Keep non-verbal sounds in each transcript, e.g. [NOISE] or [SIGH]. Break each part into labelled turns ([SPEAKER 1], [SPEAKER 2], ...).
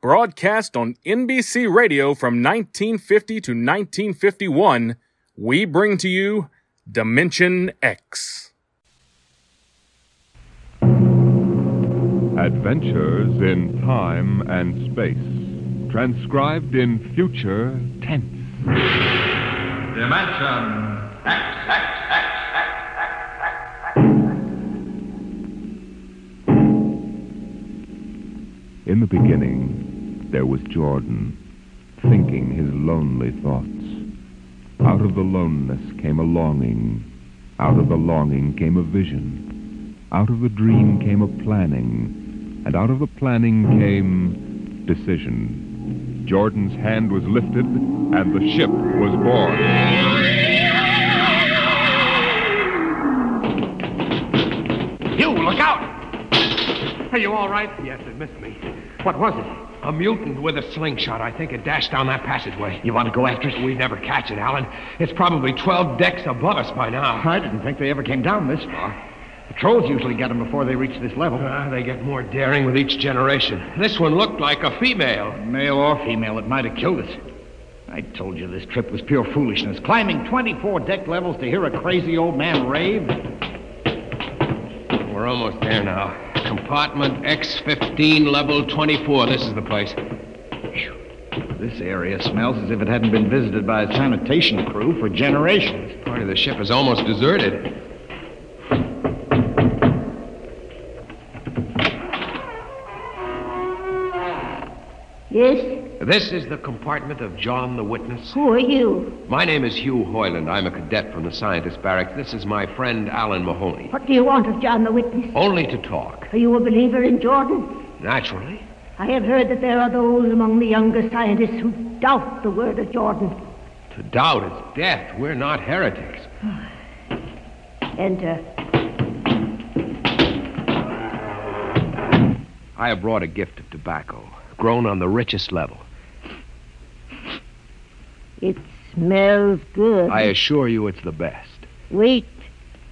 [SPEAKER 1] broadcast on NBC Radio from 1950 to 1951, we bring to you Dimension X.
[SPEAKER 2] Adventures in time and space, transcribed in future tense.
[SPEAKER 3] Dimension X, X, X, X, X, X, X,
[SPEAKER 2] In the beginning, there was Jordan, thinking his lonely thoughts. Out of the loneness came a longing. Out of the longing came a vision. Out of the dream came a planning. And out of the planning came decision. Jordan's hand was lifted, and the ship was born.
[SPEAKER 4] You, look out! Are you all right? Yes, it missed me. What was it? A mutant with a slingshot. I think it dashed down that passageway. You want to go after it? We never catch it, Alan. It's probably 12 decks above us by now.
[SPEAKER 5] I didn't think they ever came down this far. Patrols usually get them before they reach this level.
[SPEAKER 4] Ah, they get more daring with each generation. This one looked like a female.
[SPEAKER 5] Male or female, it might have killed us. I told you this trip was pure foolishness. Climbing 24 deck levels to hear a crazy old man rave.
[SPEAKER 4] We're almost there now. Compartment X15, level 24. This is the place.
[SPEAKER 5] This area smells as if it hadn't been visited by a sanitation crew for generations.
[SPEAKER 4] Part of the ship is almost deserted.
[SPEAKER 6] Yes?
[SPEAKER 4] This is the compartment of John the Witness.
[SPEAKER 6] Who are you?
[SPEAKER 4] My name is Hugh Hoyland. I'm a cadet from the scientist barracks. This is my friend Alan Mahoney.
[SPEAKER 6] What do you want of John the Witness?
[SPEAKER 4] Only to talk.
[SPEAKER 6] Are you a believer in Jordan?
[SPEAKER 4] Naturally.
[SPEAKER 6] I have heard that there are those among the younger scientists who doubt the word of Jordan.
[SPEAKER 4] To doubt is death. We're not heretics.
[SPEAKER 6] Enter.
[SPEAKER 4] I have brought a gift of tobacco, grown on the richest level.
[SPEAKER 6] It smells good.
[SPEAKER 4] I assure you it's the best.
[SPEAKER 6] Wait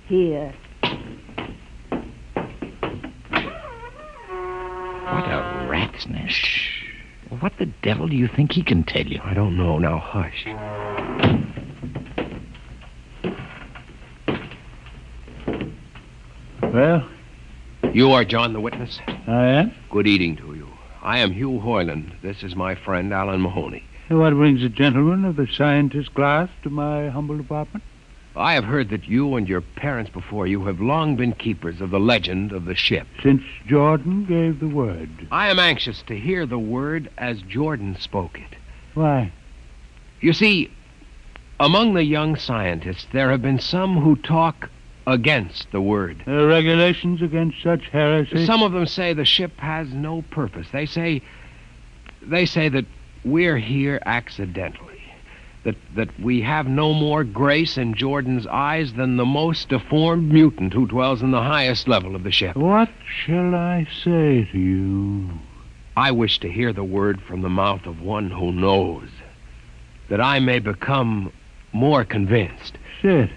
[SPEAKER 6] here.
[SPEAKER 5] What a rat's nest. Shh. What the devil do you think he can tell you?
[SPEAKER 4] I don't know. Now hush.
[SPEAKER 7] Well,
[SPEAKER 4] You are John the Witness?
[SPEAKER 7] I am.
[SPEAKER 4] Good eating to you. I am Hugh Hoyland. This is my friend Alan Mahoney.
[SPEAKER 7] What brings a gentleman of the scientist class to my humble apartment?
[SPEAKER 4] I have heard that you and your parents before you have long been keepers of the legend of the ship.
[SPEAKER 7] Since Jordan gave the word.
[SPEAKER 4] I am anxious to hear the word as Jordan spoke it.
[SPEAKER 7] Why?
[SPEAKER 4] You see, among the young scientists, there have been some who talk against the word.
[SPEAKER 7] There are regulations against such heresy.
[SPEAKER 4] Some of them say the ship has no purpose. They say they say that we're here accidentally. That that we have no more grace in Jordan's eyes than the most deformed mutant who dwells in the highest level of the ship.
[SPEAKER 7] What shall I say to you?
[SPEAKER 4] I wish to hear the word from the mouth of one who knows, that I may become more convinced.
[SPEAKER 7] Sit.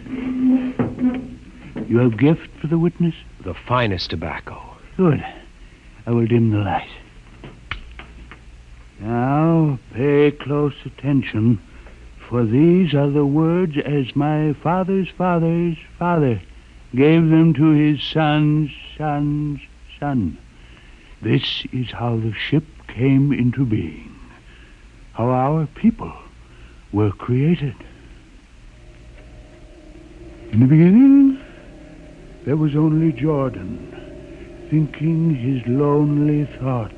[SPEAKER 7] You have gift for the witness?
[SPEAKER 4] The finest tobacco.
[SPEAKER 7] Good. I will dim the light. Now, pay close attention, for these are the words as my father's father's father gave them to his son's son's son. This is how the ship came into being, how our people were created. In the beginning, there was only Jordan thinking his lonely thoughts.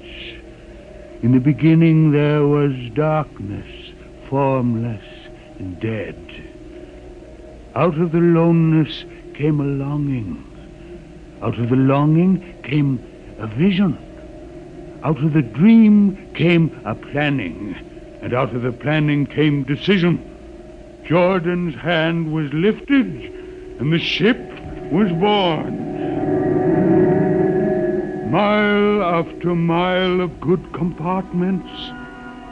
[SPEAKER 7] In the beginning there was darkness, formless and dead. Out of the loneness came a longing. Out of the longing came a vision.
[SPEAKER 2] Out of the dream came a planning, and out of the planning came decision. Jordan's hand was lifted, and the ship was born. Mile after mile of good compartments,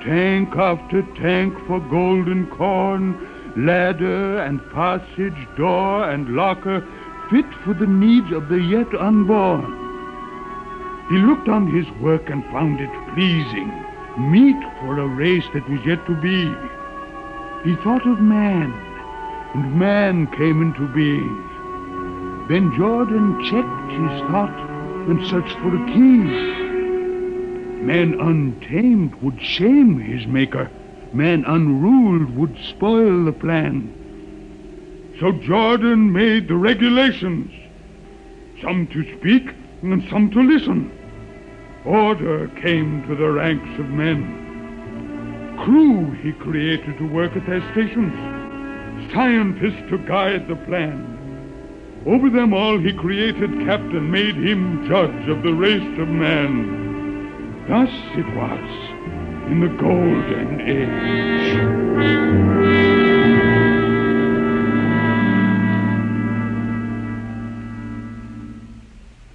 [SPEAKER 2] tank after tank for golden corn, ladder and passage, door and locker, fit for the needs of the yet unborn. He looked on his work and found it pleasing, meet for a race that was yet to be. He thought of man, and man came into being. Then Jordan checked his thought and searched for a key. Man untamed would shame his maker. Man unruled would spoil the plan. So Jordan made the regulations. Some to speak and some to listen. Order came to the ranks of men. Crew he created to work at their stations. Scientists to guide the plan. Over them all he created captain, made him judge of the race of man. Thus it was in the golden age.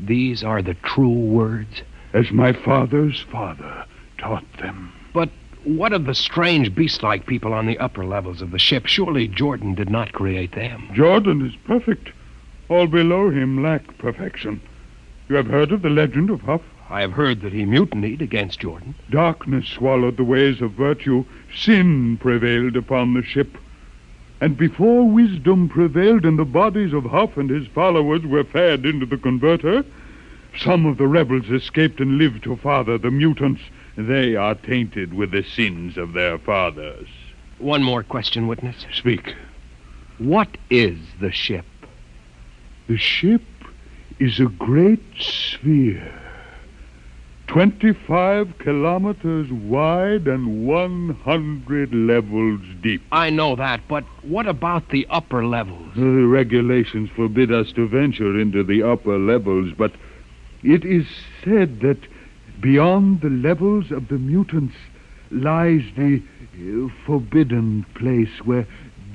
[SPEAKER 4] These are the true words.
[SPEAKER 2] As my father's father taught them.
[SPEAKER 4] But what of the strange beast like people on the upper levels of the ship? Surely Jordan did not create them.
[SPEAKER 2] Jordan is perfect. All below him lack perfection. You have heard of the legend of Huff?
[SPEAKER 4] I have heard that he mutinied against Jordan.
[SPEAKER 2] Darkness swallowed the ways of virtue. Sin prevailed upon the ship. And before wisdom prevailed and the bodies of Huff and his followers were fed into the converter, some of the rebels escaped and lived to father the mutants. They are tainted with the sins of their fathers.
[SPEAKER 4] One more question, witness.
[SPEAKER 2] Speak.
[SPEAKER 4] What is the ship?
[SPEAKER 2] The ship is a great sphere, 25 kilometers wide and 100 levels deep.
[SPEAKER 4] I know that, but what about the upper levels?
[SPEAKER 2] The regulations forbid us to venture into the upper levels, but it is said that beyond the levels of the mutants lies the uh, forbidden place where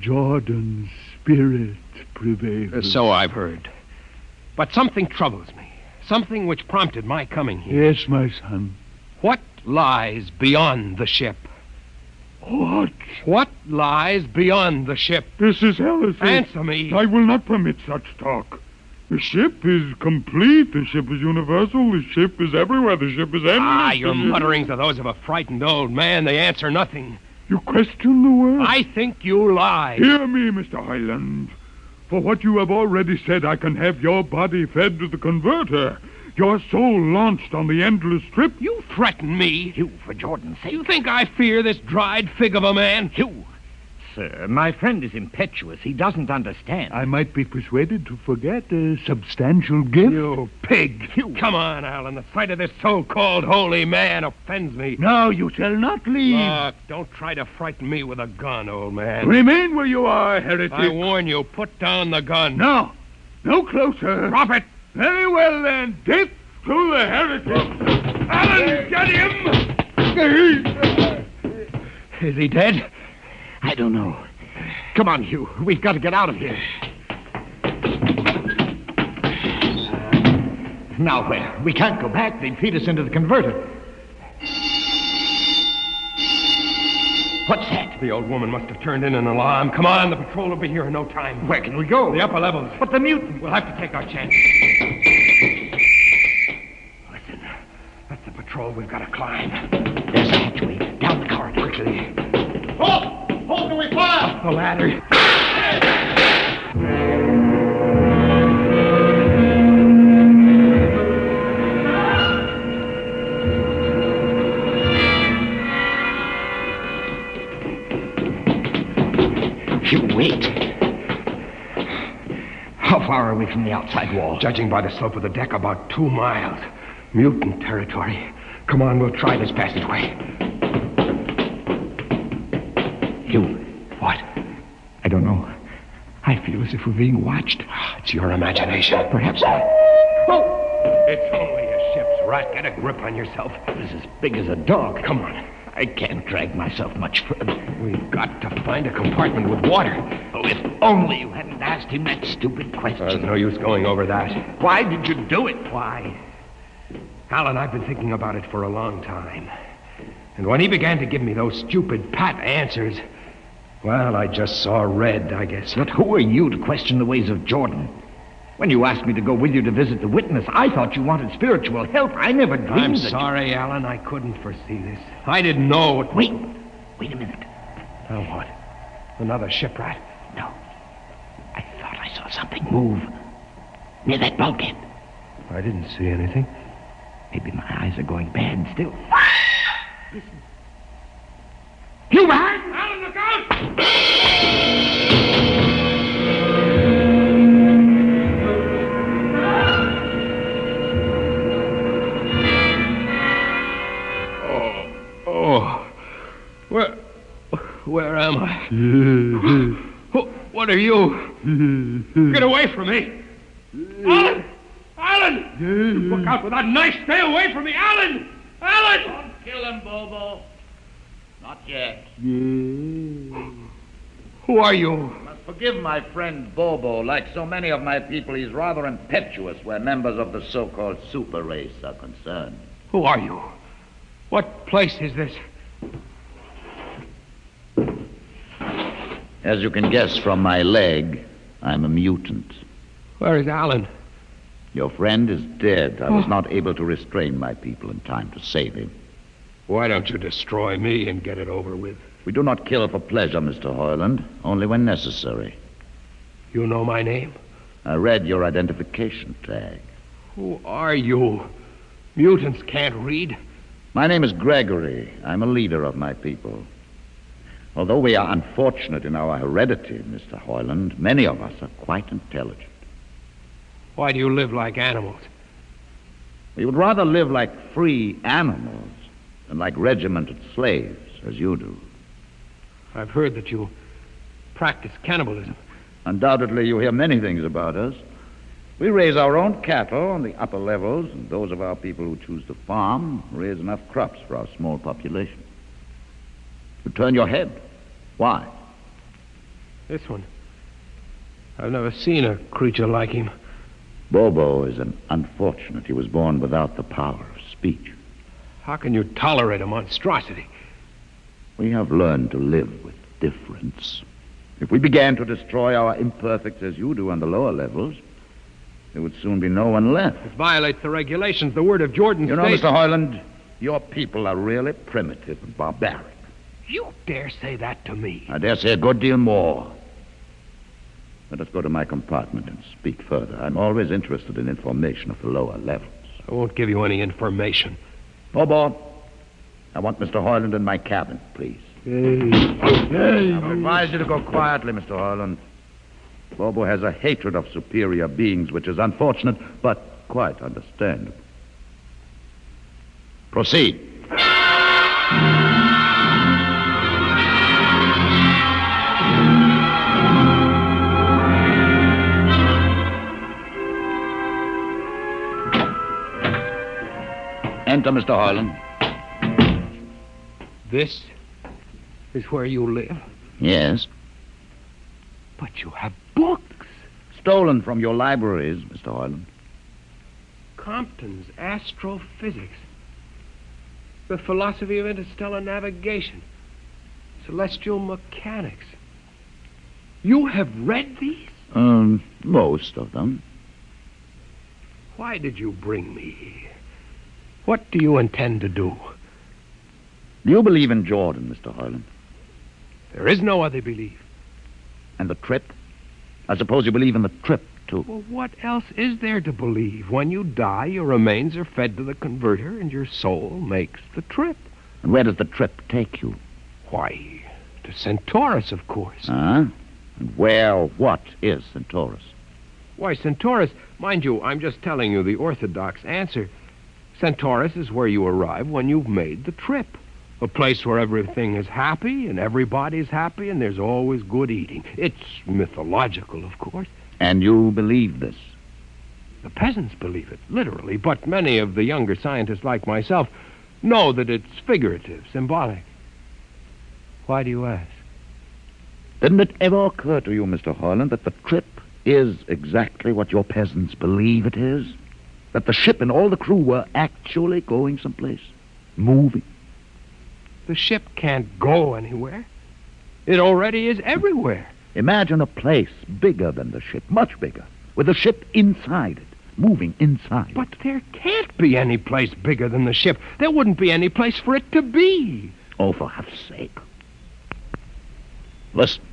[SPEAKER 2] Jordan's spirit prevails.
[SPEAKER 4] Uh, So I've heard. But something troubles me. Something which prompted my coming here.
[SPEAKER 2] Yes, my son.
[SPEAKER 4] What lies beyond the ship?
[SPEAKER 2] What?
[SPEAKER 4] What lies beyond the ship?
[SPEAKER 2] This is heresy.
[SPEAKER 4] Answer me.
[SPEAKER 2] I will not permit such talk. The ship is complete. The ship is universal. The ship is everywhere. The ship is endless.
[SPEAKER 4] Ah, your
[SPEAKER 2] The ship-
[SPEAKER 4] mutterings are those of a frightened old man. They answer nothing.
[SPEAKER 2] You question the word?
[SPEAKER 4] I think you lie.
[SPEAKER 2] Hear me, Mr. Highland. For what you have already said, I can have your body fed to the converter, your soul launched on the endless trip.
[SPEAKER 4] You threaten me.
[SPEAKER 5] You, for Jordan's sake.
[SPEAKER 4] You think I fear this dried fig of a man? You.
[SPEAKER 5] Sir, my friend is impetuous. He doesn't understand.
[SPEAKER 2] I might be persuaded to forget a substantial gift.
[SPEAKER 4] You pig. You. Come on, Alan. The sight of this so called holy man offends me.
[SPEAKER 2] No, you shall not leave.
[SPEAKER 4] Look, don't try to frighten me with a gun, old man.
[SPEAKER 2] Remain where you are, heretic.
[SPEAKER 4] I warn you, put down the gun.
[SPEAKER 2] No, no closer.
[SPEAKER 4] Drop it.
[SPEAKER 2] Very well, then. Death to the heretic. Alan, get him!
[SPEAKER 4] Is he dead?
[SPEAKER 5] I don't know. Come on, Hugh. We've got to get out of here. Now where? We can't go back. They'd feed us into the converter. What's that?
[SPEAKER 4] The old woman must have turned in an alarm. Come on, the patrol will be here in no time.
[SPEAKER 5] Where can we go?
[SPEAKER 4] The upper levels.
[SPEAKER 5] But the mutant.
[SPEAKER 4] We'll have to take our chance. Listen, that's the patrol we've got to climb.
[SPEAKER 5] There's a hatchway. Down the corridor. Quickly.
[SPEAKER 4] The ladder.
[SPEAKER 5] Hugh, wait. How far are we from the outside wall?
[SPEAKER 4] Judging by the slope of the deck, about two miles. Mutant territory. Come on, we'll try this passageway.
[SPEAKER 5] Hugh. What? I don't know. I feel as if we're being watched.
[SPEAKER 4] It's your Ah, imagination.
[SPEAKER 5] Perhaps not. Oh!
[SPEAKER 4] It's only a ship's rat. Get a grip on yourself.
[SPEAKER 5] I was as big as a dog. Come on. I can't drag myself much further.
[SPEAKER 4] We've got to find a compartment with water.
[SPEAKER 5] Oh, if only you hadn't asked him that stupid
[SPEAKER 4] There's
[SPEAKER 5] question.
[SPEAKER 4] no use going over that.
[SPEAKER 5] Why did you do it?
[SPEAKER 4] Why? Alan, I've been thinking about it for a long time. And when he began to give me those stupid pat answers, well, I just saw red, I guess.
[SPEAKER 5] But who are you to question the ways of Jordan? When you asked me to go with you to visit the witness, I thought you wanted spiritual help. I never dreamed
[SPEAKER 4] I'm
[SPEAKER 5] that you-
[SPEAKER 4] sorry, Alan. I couldn't foresee this. I didn't know. What...
[SPEAKER 5] Wait. Wait a minute.
[SPEAKER 4] Now what? Another shipwreck?
[SPEAKER 5] No. I thought I saw something move near that bulkhead.
[SPEAKER 4] I didn't see anything.
[SPEAKER 5] Maybe my eyes are going bad still. Listen. Human!
[SPEAKER 3] Alan, look out!
[SPEAKER 4] Oh. Where. Where am I? Who, what are you? Get away from me!
[SPEAKER 3] Alan! Alan! Look out with that knife! Stay away from me! Alan! Alan! Don't kill him, Bobo.
[SPEAKER 7] Not yet.
[SPEAKER 4] Who are you?
[SPEAKER 7] Must forgive my friend Bobo. Like so many of my people, he's rather impetuous where members of the so called super race are concerned.
[SPEAKER 4] Who are you? What place is this?
[SPEAKER 7] As you can guess from my leg, I'm a mutant.
[SPEAKER 4] Where is Alan?
[SPEAKER 7] Your friend is dead. I was not able to restrain my people in time to save him.
[SPEAKER 4] Why don't you destroy me and get it over with?
[SPEAKER 7] We do not kill for pleasure, Mr. Hoyland, only when necessary.
[SPEAKER 4] You know my name?
[SPEAKER 7] I read your identification tag.
[SPEAKER 4] Who are you? Mutants can't read.
[SPEAKER 7] My name is Gregory. I'm a leader of my people. Although we are unfortunate in our heredity, Mr. Hoyland, many of us are quite intelligent.
[SPEAKER 4] Why do you live like animals?
[SPEAKER 7] We would rather live like free animals than like regimented slaves, as you do.
[SPEAKER 4] I've heard that you practice cannibalism.
[SPEAKER 7] Undoubtedly, you hear many things about us. We raise our own cattle on the upper levels, and those of our people who choose to farm raise enough crops for our small population. You turn your head. Why?
[SPEAKER 4] This one. I've never seen a creature like him.
[SPEAKER 7] Bobo is an unfortunate. He was born without the power of speech.
[SPEAKER 4] How can you tolerate a monstrosity?
[SPEAKER 7] We have learned to live with difference. If we began to destroy our imperfects as you do on the lower levels, there would soon be no one left.
[SPEAKER 4] It violates the regulations. The word of Jordan
[SPEAKER 7] You know,
[SPEAKER 4] states...
[SPEAKER 7] Mr. Hoyland, your people are really primitive and barbaric.
[SPEAKER 4] You dare say that to me?
[SPEAKER 7] I dare say a good deal more. Let us go to my compartment and speak further. I'm always interested in information of the lower levels.
[SPEAKER 4] I won't give you any information.
[SPEAKER 7] Bobo, I want Mr. Hoyland in my cabin, please. I advise you to go quietly, Mr. Hoyland. Bobo has a hatred of superior beings, which is unfortunate, but quite understandable. Proceed. Enter, Mr. Hoyland.
[SPEAKER 4] This is where you live?
[SPEAKER 7] Yes.
[SPEAKER 4] But you have books.
[SPEAKER 7] Stolen from your libraries, Mr. Hoyland.
[SPEAKER 4] Compton's Astrophysics. The Philosophy of Interstellar Navigation. Celestial Mechanics. You have read these?
[SPEAKER 7] Um, most of them.
[SPEAKER 4] Why did you bring me here? What do you intend to do?
[SPEAKER 7] Do you believe in Jordan, Mr. Hoyland?
[SPEAKER 4] There is no other belief.
[SPEAKER 7] And the trip? I suppose you believe in the trip, too.
[SPEAKER 4] Well, what else is there to believe? When you die, your remains are fed to the converter and your soul makes the trip.
[SPEAKER 7] And where does the trip take you?
[SPEAKER 4] Why, to Centaurus, of course.
[SPEAKER 7] Huh? And where or what is Centaurus?
[SPEAKER 4] Why, Centaurus, mind you, I'm just telling you the orthodox answer. Centaurus is where you arrive when you've made the trip. A place where everything is happy and everybody's happy and there's always good eating. It's mythological, of course.
[SPEAKER 7] And you believe this?
[SPEAKER 5] The peasants believe it, literally, but many of the younger scientists, like myself, know that it's figurative, symbolic. Why do you ask?
[SPEAKER 7] Didn't it ever occur to you, Mr. Harland, that the trip is exactly what your peasants believe it is? That the ship and all the crew were actually going someplace? Moving?
[SPEAKER 5] The ship can't go anywhere. It already is everywhere.
[SPEAKER 7] Imagine a place bigger than the ship, much bigger, with the ship inside it, moving inside.
[SPEAKER 5] But there can't be any place bigger than the ship. There wouldn't be any place for it to be.
[SPEAKER 7] Oh, for heaven's sake. Listen,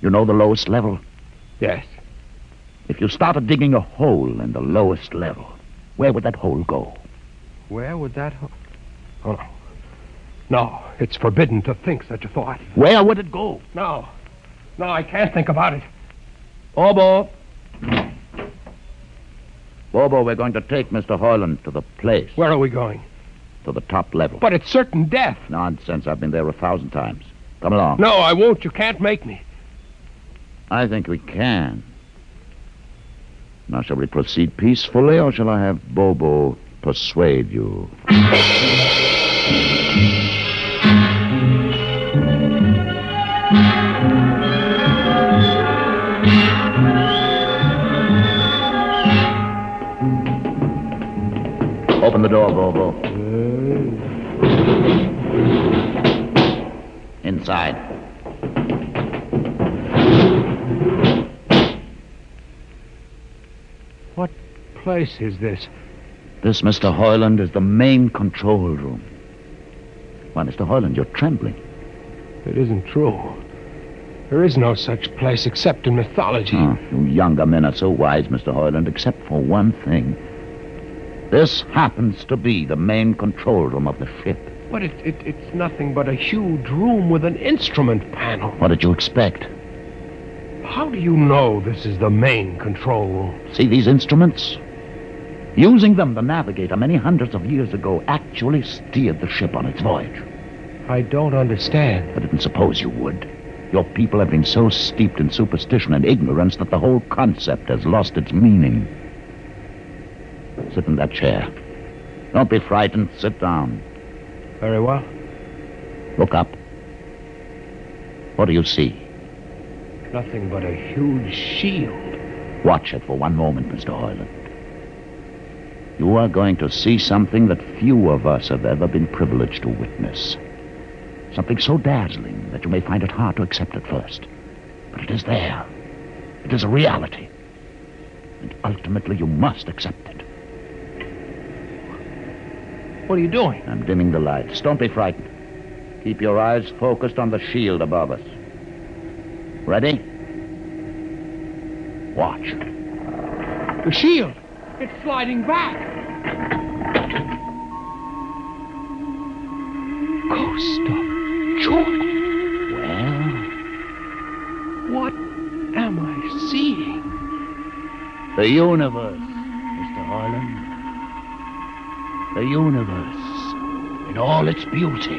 [SPEAKER 7] you know the lowest level?
[SPEAKER 5] Yes.
[SPEAKER 7] If you started digging a hole in the lowest level, where would that hole go?
[SPEAKER 5] Where would that. ho- Oh, no. No, it's forbidden to think such a thought.
[SPEAKER 7] Where would it go?
[SPEAKER 5] No. No, I can't think about it.
[SPEAKER 7] Bobo. Bobo, we're going to take Mr. Hoyland to the place,
[SPEAKER 5] Where are we going?
[SPEAKER 7] to the top level.
[SPEAKER 5] But it's certain death.
[SPEAKER 7] Nonsense, I've been there a thousand times. Come along.
[SPEAKER 5] No, I won't. You can't make me.
[SPEAKER 7] I think we can. Now, shall we proceed peacefully, or shall I have Bobo persuade you? Open the door, Bobo. Inside.
[SPEAKER 5] What place is this?
[SPEAKER 7] This, Mr. Hoyland, is the main control room. Why, Mr. Hoyland, you're trembling.
[SPEAKER 5] It isn't true. There is no such place except in mythology.
[SPEAKER 7] You younger men are so wise, Mr. Hoyland, except for one thing. This happens to be the main control room of the ship.
[SPEAKER 5] But it, it, it's nothing but a huge room with an instrument panel.
[SPEAKER 7] What did you expect?
[SPEAKER 5] How do you know this is the main control room?
[SPEAKER 7] See these instruments? Using them, the navigator, many hundreds of years ago, actually steered the ship on its voyage.
[SPEAKER 5] I don't understand.
[SPEAKER 7] I didn't suppose you would. Your people have been so steeped in superstition and ignorance that the whole concept has lost its meaning. Sit in that chair. Don't be frightened. Sit down.
[SPEAKER 5] Very well.
[SPEAKER 7] Look up. What do you see?
[SPEAKER 5] Nothing but a huge shield.
[SPEAKER 7] Watch it for one moment, Mr. Hoyland. You are going to see something that few of us have ever been privileged to witness. Something so dazzling that you may find it hard to accept at first. But it is there. It is a reality. And ultimately, you must accept it.
[SPEAKER 5] What are you doing?
[SPEAKER 7] I'm dimming the lights. Don't be frightened. Keep your eyes focused on the shield above us. Ready? Watch.
[SPEAKER 5] The shield! It's sliding back! Ghost of Jordan!
[SPEAKER 7] Well,
[SPEAKER 5] What am I seeing?
[SPEAKER 7] the universe, Mr. Hoyland. The universe in all its beauty.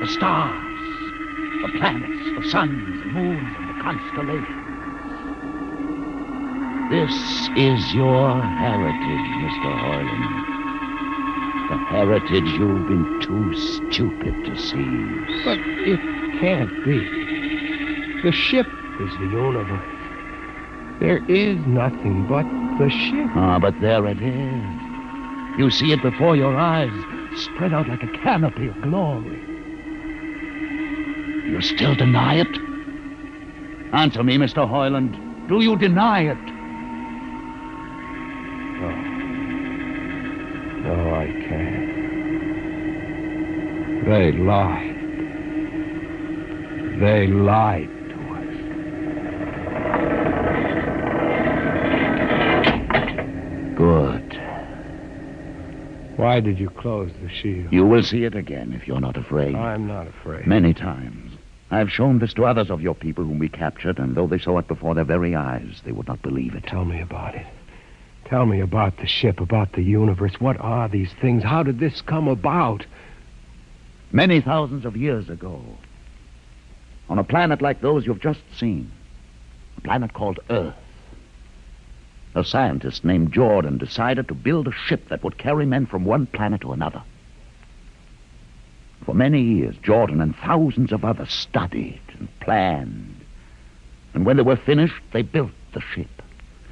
[SPEAKER 7] The stars, the planets, the suns, the moons, and the constellations. This is your heritage, Mr. Hoyland. The heritage you've been too stupid to seize.
[SPEAKER 5] But it can't be. The ship is the universe. There is nothing but the ship.
[SPEAKER 7] Ah, but there it is. You see it before your eyes, spread out like a canopy of glory. You still deny it? Answer me, Mr. Hoyland. Do you deny it?
[SPEAKER 5] No, I can't. They lied. They lied to us.
[SPEAKER 7] Good.
[SPEAKER 5] Why did you close the shield?
[SPEAKER 7] You will see it again if you're not afraid.
[SPEAKER 5] I'm not afraid.
[SPEAKER 7] Many times. I've shown this to others of your people whom we captured, and though they saw it before their very eyes, they would not believe it.
[SPEAKER 5] Tell me about it. Tell me about the ship, about the universe. What are these things? How did this come about?
[SPEAKER 7] many thousands of years ago. On a planet like those you've just seen, a planet called Earth. a scientist named Jordan decided to build a ship that would carry men from one planet to another. For many years, Jordan and thousands of others studied and planned. And when they were finished, they built the ship.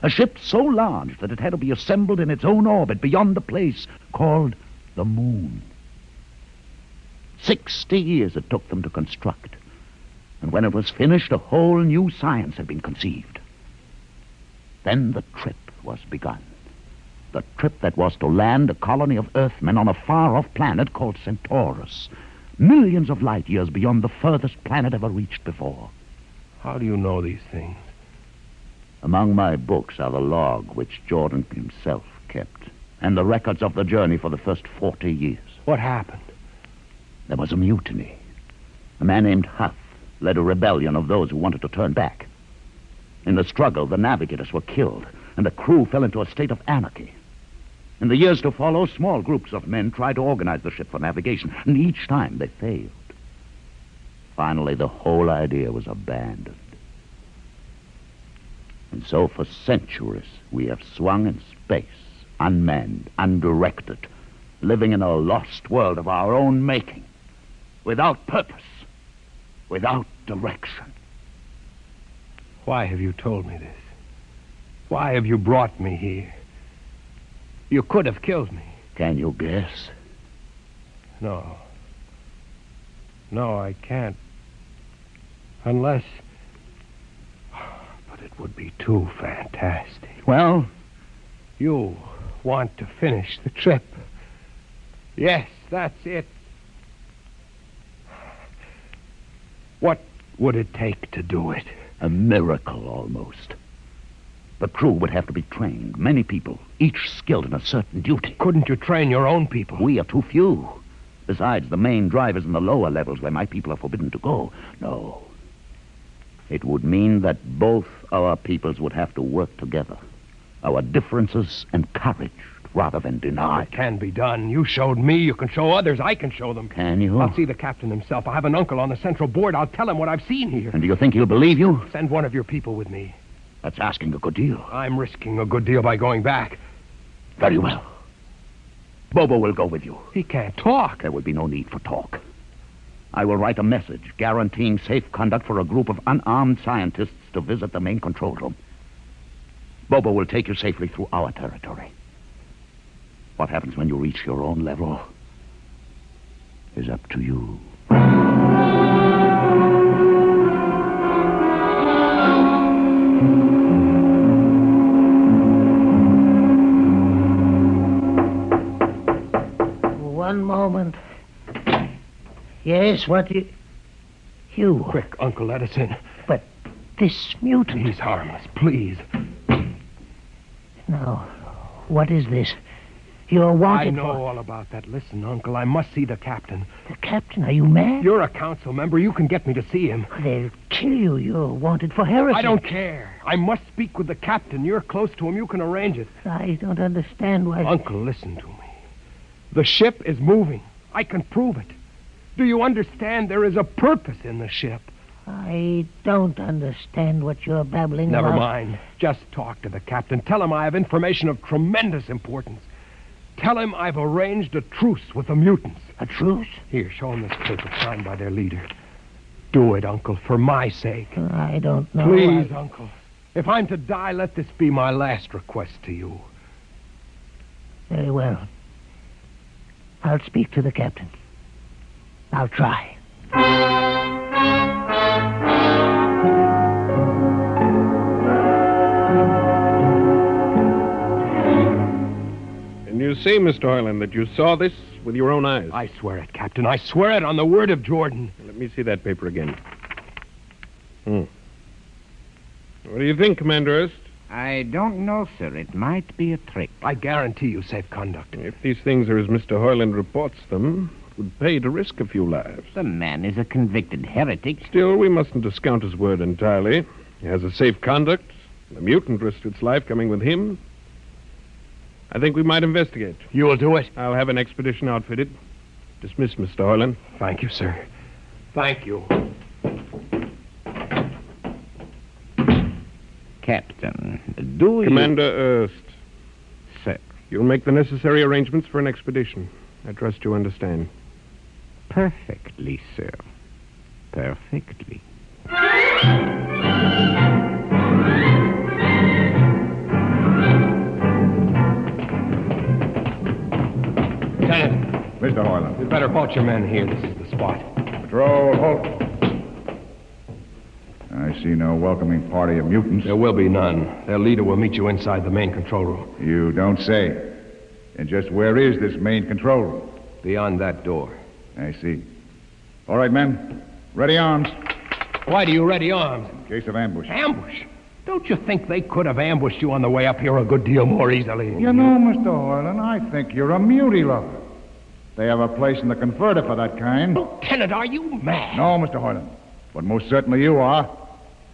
[SPEAKER 7] A ship so large that it had to be assembled in its own orbit beyond the place called the moon. Sixty years it took them to construct. And when it was finished, a whole new science had been conceived. Then the trip was begun. The trip that was to land a colony of Earthmen on a far off planet called Centaurus, millions of light years beyond the furthest planet ever reached before.
[SPEAKER 4] How do you know these things?
[SPEAKER 7] Among my books are the log which Jordan himself kept, and the records of the journey for the first 40 years.
[SPEAKER 4] What happened?
[SPEAKER 7] There was a mutiny. A man named Huth led a rebellion of those who wanted to turn back. In the struggle, the navigators were killed, and the crew fell into a state of anarchy. In the years to follow, small groups of men tried to organize the ship for navigation, and each time they failed. Finally, the whole idea was abandoned. And so, for centuries, we have swung in space, unmanned, undirected, living in a lost world of our own making, without purpose, without direction.
[SPEAKER 4] Why have you told me this? Why have you brought me here? You could have killed me.
[SPEAKER 7] Can you guess?
[SPEAKER 4] No. No, I can't. Unless. [SIGHS] But it would be too fantastic.
[SPEAKER 7] Well,
[SPEAKER 4] You want to finish the trip. Yes, that's it. What would it take to do it?
[SPEAKER 7] a miracle almost. The crew would have to be trained, many people, each skilled in a certain duty.
[SPEAKER 4] Couldn't you train your own people?
[SPEAKER 7] We are too few. Besides, the main drivers in the lower levels where my people are forbidden to go. No. It would mean that both our peoples would have to work together. Our differences encouraged rather than denied.
[SPEAKER 4] It can be done. You showed me. You can show others. I can show them.
[SPEAKER 7] Can you?
[SPEAKER 4] I'll see the captain himself. I have an uncle on the central board. I'll tell him what I've seen here.
[SPEAKER 7] And do you think he'll believe you?
[SPEAKER 4] Send one of your people with me.
[SPEAKER 7] That's asking a good deal.
[SPEAKER 4] I'm risking a good deal by going back.
[SPEAKER 7] Very well. Bobo will go with you.
[SPEAKER 4] He can't talk.
[SPEAKER 7] There will be no need for talk. I will write a message guaranteeing safe conduct for a group of unarmed scientists to visit the main control room. Bobo will take you safely through our territory. What happens when you reach your own level is up to you.
[SPEAKER 6] One moment. Yes, what you. You.
[SPEAKER 4] Quick, Uncle Edison.
[SPEAKER 6] But this mutiny.
[SPEAKER 4] He's harmless. Please.
[SPEAKER 6] Now, what is this? You're wanted
[SPEAKER 4] I know
[SPEAKER 6] for.
[SPEAKER 4] all about that. Listen, Uncle, I must see the captain.
[SPEAKER 6] The captain, are you mad?
[SPEAKER 4] You're a council member. You can get me to see him.
[SPEAKER 6] They'll kill you. You're wanted for heresy.
[SPEAKER 4] I don't care. I must speak with the captain. You're close to him. You can arrange it.
[SPEAKER 6] I don't understand why.
[SPEAKER 4] Uncle, listen to me. The ship is moving. I can prove it. Do you understand? There is a purpose in the ship.
[SPEAKER 6] I don't understand what you're babbling
[SPEAKER 4] Never
[SPEAKER 6] about.
[SPEAKER 4] mind. Just talk to the captain. Tell him I have information of tremendous importance. Tell him I've arranged a truce with the mutants.
[SPEAKER 6] A truce?
[SPEAKER 4] Here, show him this paper signed by their leader. Do it, Uncle, for my sake.
[SPEAKER 6] I don't know.
[SPEAKER 4] Please,
[SPEAKER 6] I-
[SPEAKER 4] Uncle. If I'm to die, let this be my last request to you.
[SPEAKER 6] Uh, Very well. I'll speak to the captain. I'll try.
[SPEAKER 2] And you say, Mr. Hoyland, that you saw this with your own eyes.
[SPEAKER 4] I swear it, Captain. I swear it on the word of Jordan.
[SPEAKER 2] Let me see that paper again. Hmm. What do you think, Commander Erst?
[SPEAKER 7] I don't know, sir. It might be a trick.
[SPEAKER 4] I guarantee you safe conduct.
[SPEAKER 2] If these things are as Mr. Hoyland reports them, it would pay to risk a few lives.
[SPEAKER 7] The man is a convicted heretic.
[SPEAKER 2] Still, we mustn't discount his word entirely. He has a safe conduct. The mutant risked its life coming with him. I think we might investigate.
[SPEAKER 4] You will do it.
[SPEAKER 2] I'll have an expedition outfitted. Dismiss, Mr. Hoyland.
[SPEAKER 4] Thank you, sir. Thank you.
[SPEAKER 7] Captain, do
[SPEAKER 2] Hmm.
[SPEAKER 7] you...
[SPEAKER 8] Commander Erst.
[SPEAKER 7] Sir.
[SPEAKER 8] You'll make the necessary arrangements for an expedition. I trust you understand.
[SPEAKER 7] Perfectly, sir. Perfectly.
[SPEAKER 5] Lieutenant,
[SPEAKER 2] Mr. Hoyland.
[SPEAKER 5] we'd better halt your men here. This is the spot.
[SPEAKER 2] Patrol, halt. I see no welcoming party of mutants.
[SPEAKER 5] There will be none. Their leader will meet you inside the main control room.
[SPEAKER 2] You don't say. And just where is this main control room?
[SPEAKER 5] Beyond that door.
[SPEAKER 2] I see. All right, men. Ready arms.
[SPEAKER 5] Why do you ready arms?
[SPEAKER 2] In case of ambush.
[SPEAKER 5] Ambush? Don't you think they could have ambushed you on the way up here a good deal more easily?
[SPEAKER 2] You know, Mr. Hoyland, I think you're a mutiny lover. They have a place in the converter for that kind.
[SPEAKER 5] Lieutenant, are you mad?
[SPEAKER 2] No, Mr. Hoyland. But most certainly you are.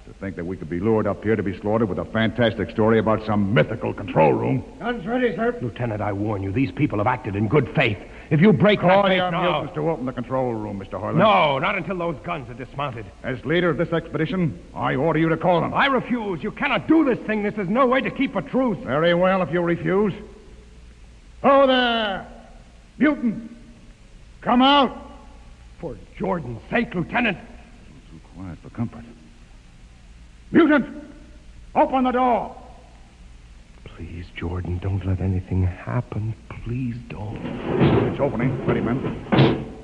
[SPEAKER 2] To think that we could be lured up here to be slaughtered with a fantastic story about some mythical control room.
[SPEAKER 5] Guns ready, sir. Lieutenant, I warn you, these people have acted in good faith. If you break
[SPEAKER 2] Call
[SPEAKER 5] that faith
[SPEAKER 2] your
[SPEAKER 5] now...
[SPEAKER 2] mutants to open the control room, Mr. Hoyland.
[SPEAKER 5] No, not until those guns are dismounted.
[SPEAKER 2] As leader of this expedition, I order you to call them.
[SPEAKER 5] I refuse. You cannot do this thing. This is no way to keep a truce.
[SPEAKER 2] Very well, if you refuse. Ho there! Mutant! Come out!
[SPEAKER 5] For Jordan's sake, Lieutenant.
[SPEAKER 2] Quiet for comfort. Mutant! Open the door!
[SPEAKER 5] Please, Jordan, don't let anything happen. Please don't.
[SPEAKER 2] It's opening. Ready, men.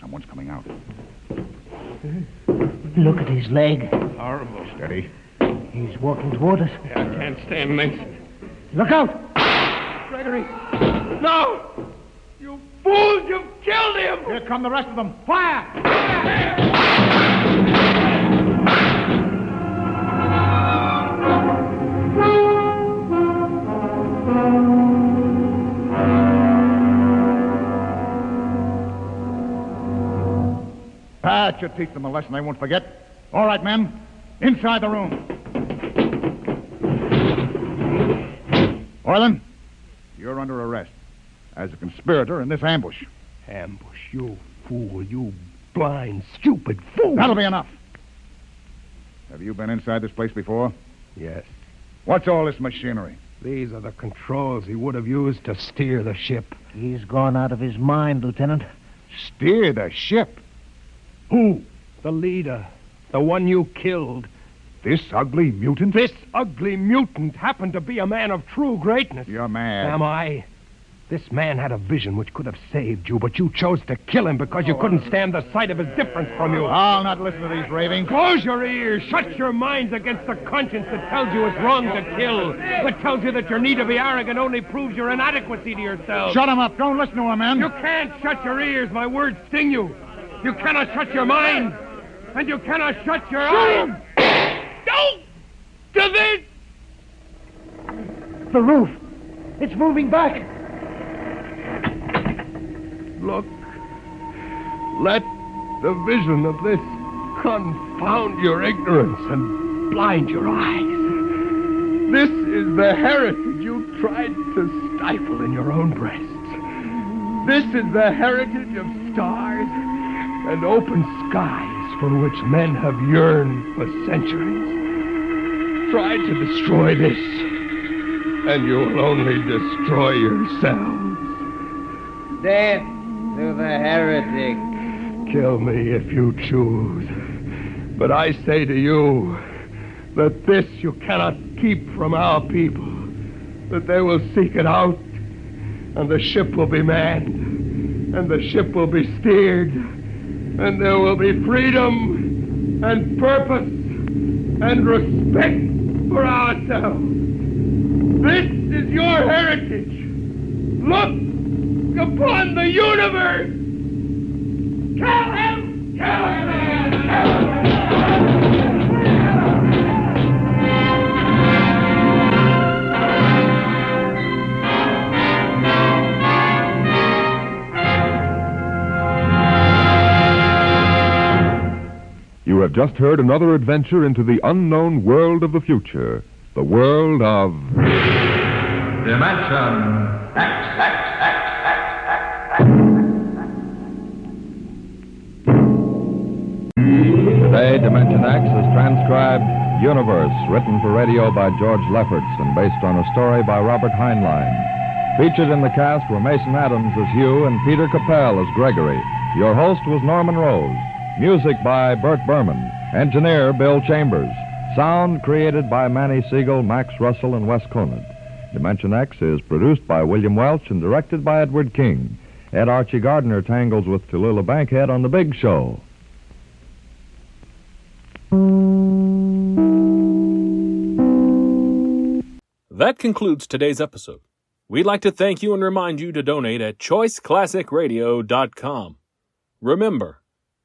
[SPEAKER 2] Someone's coming out.
[SPEAKER 6] Look at his leg.
[SPEAKER 8] Horrible.
[SPEAKER 2] Steady.
[SPEAKER 6] He's walking toward us.
[SPEAKER 8] I can't stand this.
[SPEAKER 6] Look out!
[SPEAKER 5] Gregory! No! You fools! You've killed him!
[SPEAKER 2] Here come the rest of them. Fire! That should teach them a lesson they won't forget. All right, men. Inside the room. Orlin, you're under arrest as a conspirator in this ambush.
[SPEAKER 5] Ambush, you fool. You blind, stupid fool.
[SPEAKER 2] That'll be enough. Have you been inside this place before?
[SPEAKER 5] Yes.
[SPEAKER 2] What's all this machinery?
[SPEAKER 5] These are the controls he would have used to steer the ship.
[SPEAKER 7] He's gone out of his mind, Lieutenant.
[SPEAKER 2] Steer the ship.
[SPEAKER 5] Who? The leader. The one you killed.
[SPEAKER 2] This ugly mutant?
[SPEAKER 5] This ugly mutant happened to be a man of true greatness.
[SPEAKER 2] You're mad.
[SPEAKER 5] Am I? This man had a vision which could have saved you, but you chose to kill him because you couldn't stand the sight of his difference from you.
[SPEAKER 2] I'll Oh, not listen to these ravings.
[SPEAKER 5] Close your ears. Shut your minds against the conscience that tells you it's wrong to kill, that tells you that your need to be arrogant only proves your inadequacy to yourself.
[SPEAKER 2] Shut him up. Don't listen to him, men.
[SPEAKER 5] You can't shut your ears. My words sting you. You cannot shut your mind, and you cannot shut your eyes. Don't do this.
[SPEAKER 6] The roof. It's moving back.
[SPEAKER 4] Look. Let the vision of this confound your ignorance and blind your eyes. This is the heritage you tried to stifle in your own breasts. This is the heritage of stars and open skies for which men have yearned for centuries. Try to destroy this, and you will only destroy yourselves.
[SPEAKER 9] Death to the heretic.
[SPEAKER 4] Kill me if you choose. But I say to you that this you cannot keep from our people. That they will seek it out, and the ship will be manned, and the ship will be steered, and there will be freedom, and purpose, and respect for ourselves. This is your heritage. Look upon the universe! Kill him! Kill him!
[SPEAKER 10] You have just heard another adventure into the unknown world of the future, the world of.
[SPEAKER 11] Dimension X.
[SPEAKER 12] Today, Dimension X is transcribed
[SPEAKER 2] Universe, written for radio by George Lefferts and based on a story by Robert Heinlein. Featured in the cast were Mason Adams as Hugh and Peter Capel as Gregory. Your host was Norman Rose. Music by Bert Berman. Engineer Bill Chambers. Sound created by Manny Siegel, Max Russell, and Wes Conant. Dimension X is produced by William Welch and directed by Edward King. Ed Archie Gardner tangles with Tallulah Bankhead on The Big Show.
[SPEAKER 1] That concludes today's episode. We'd like to thank you and remind you to donate at choiceclassicradio.com. Remember,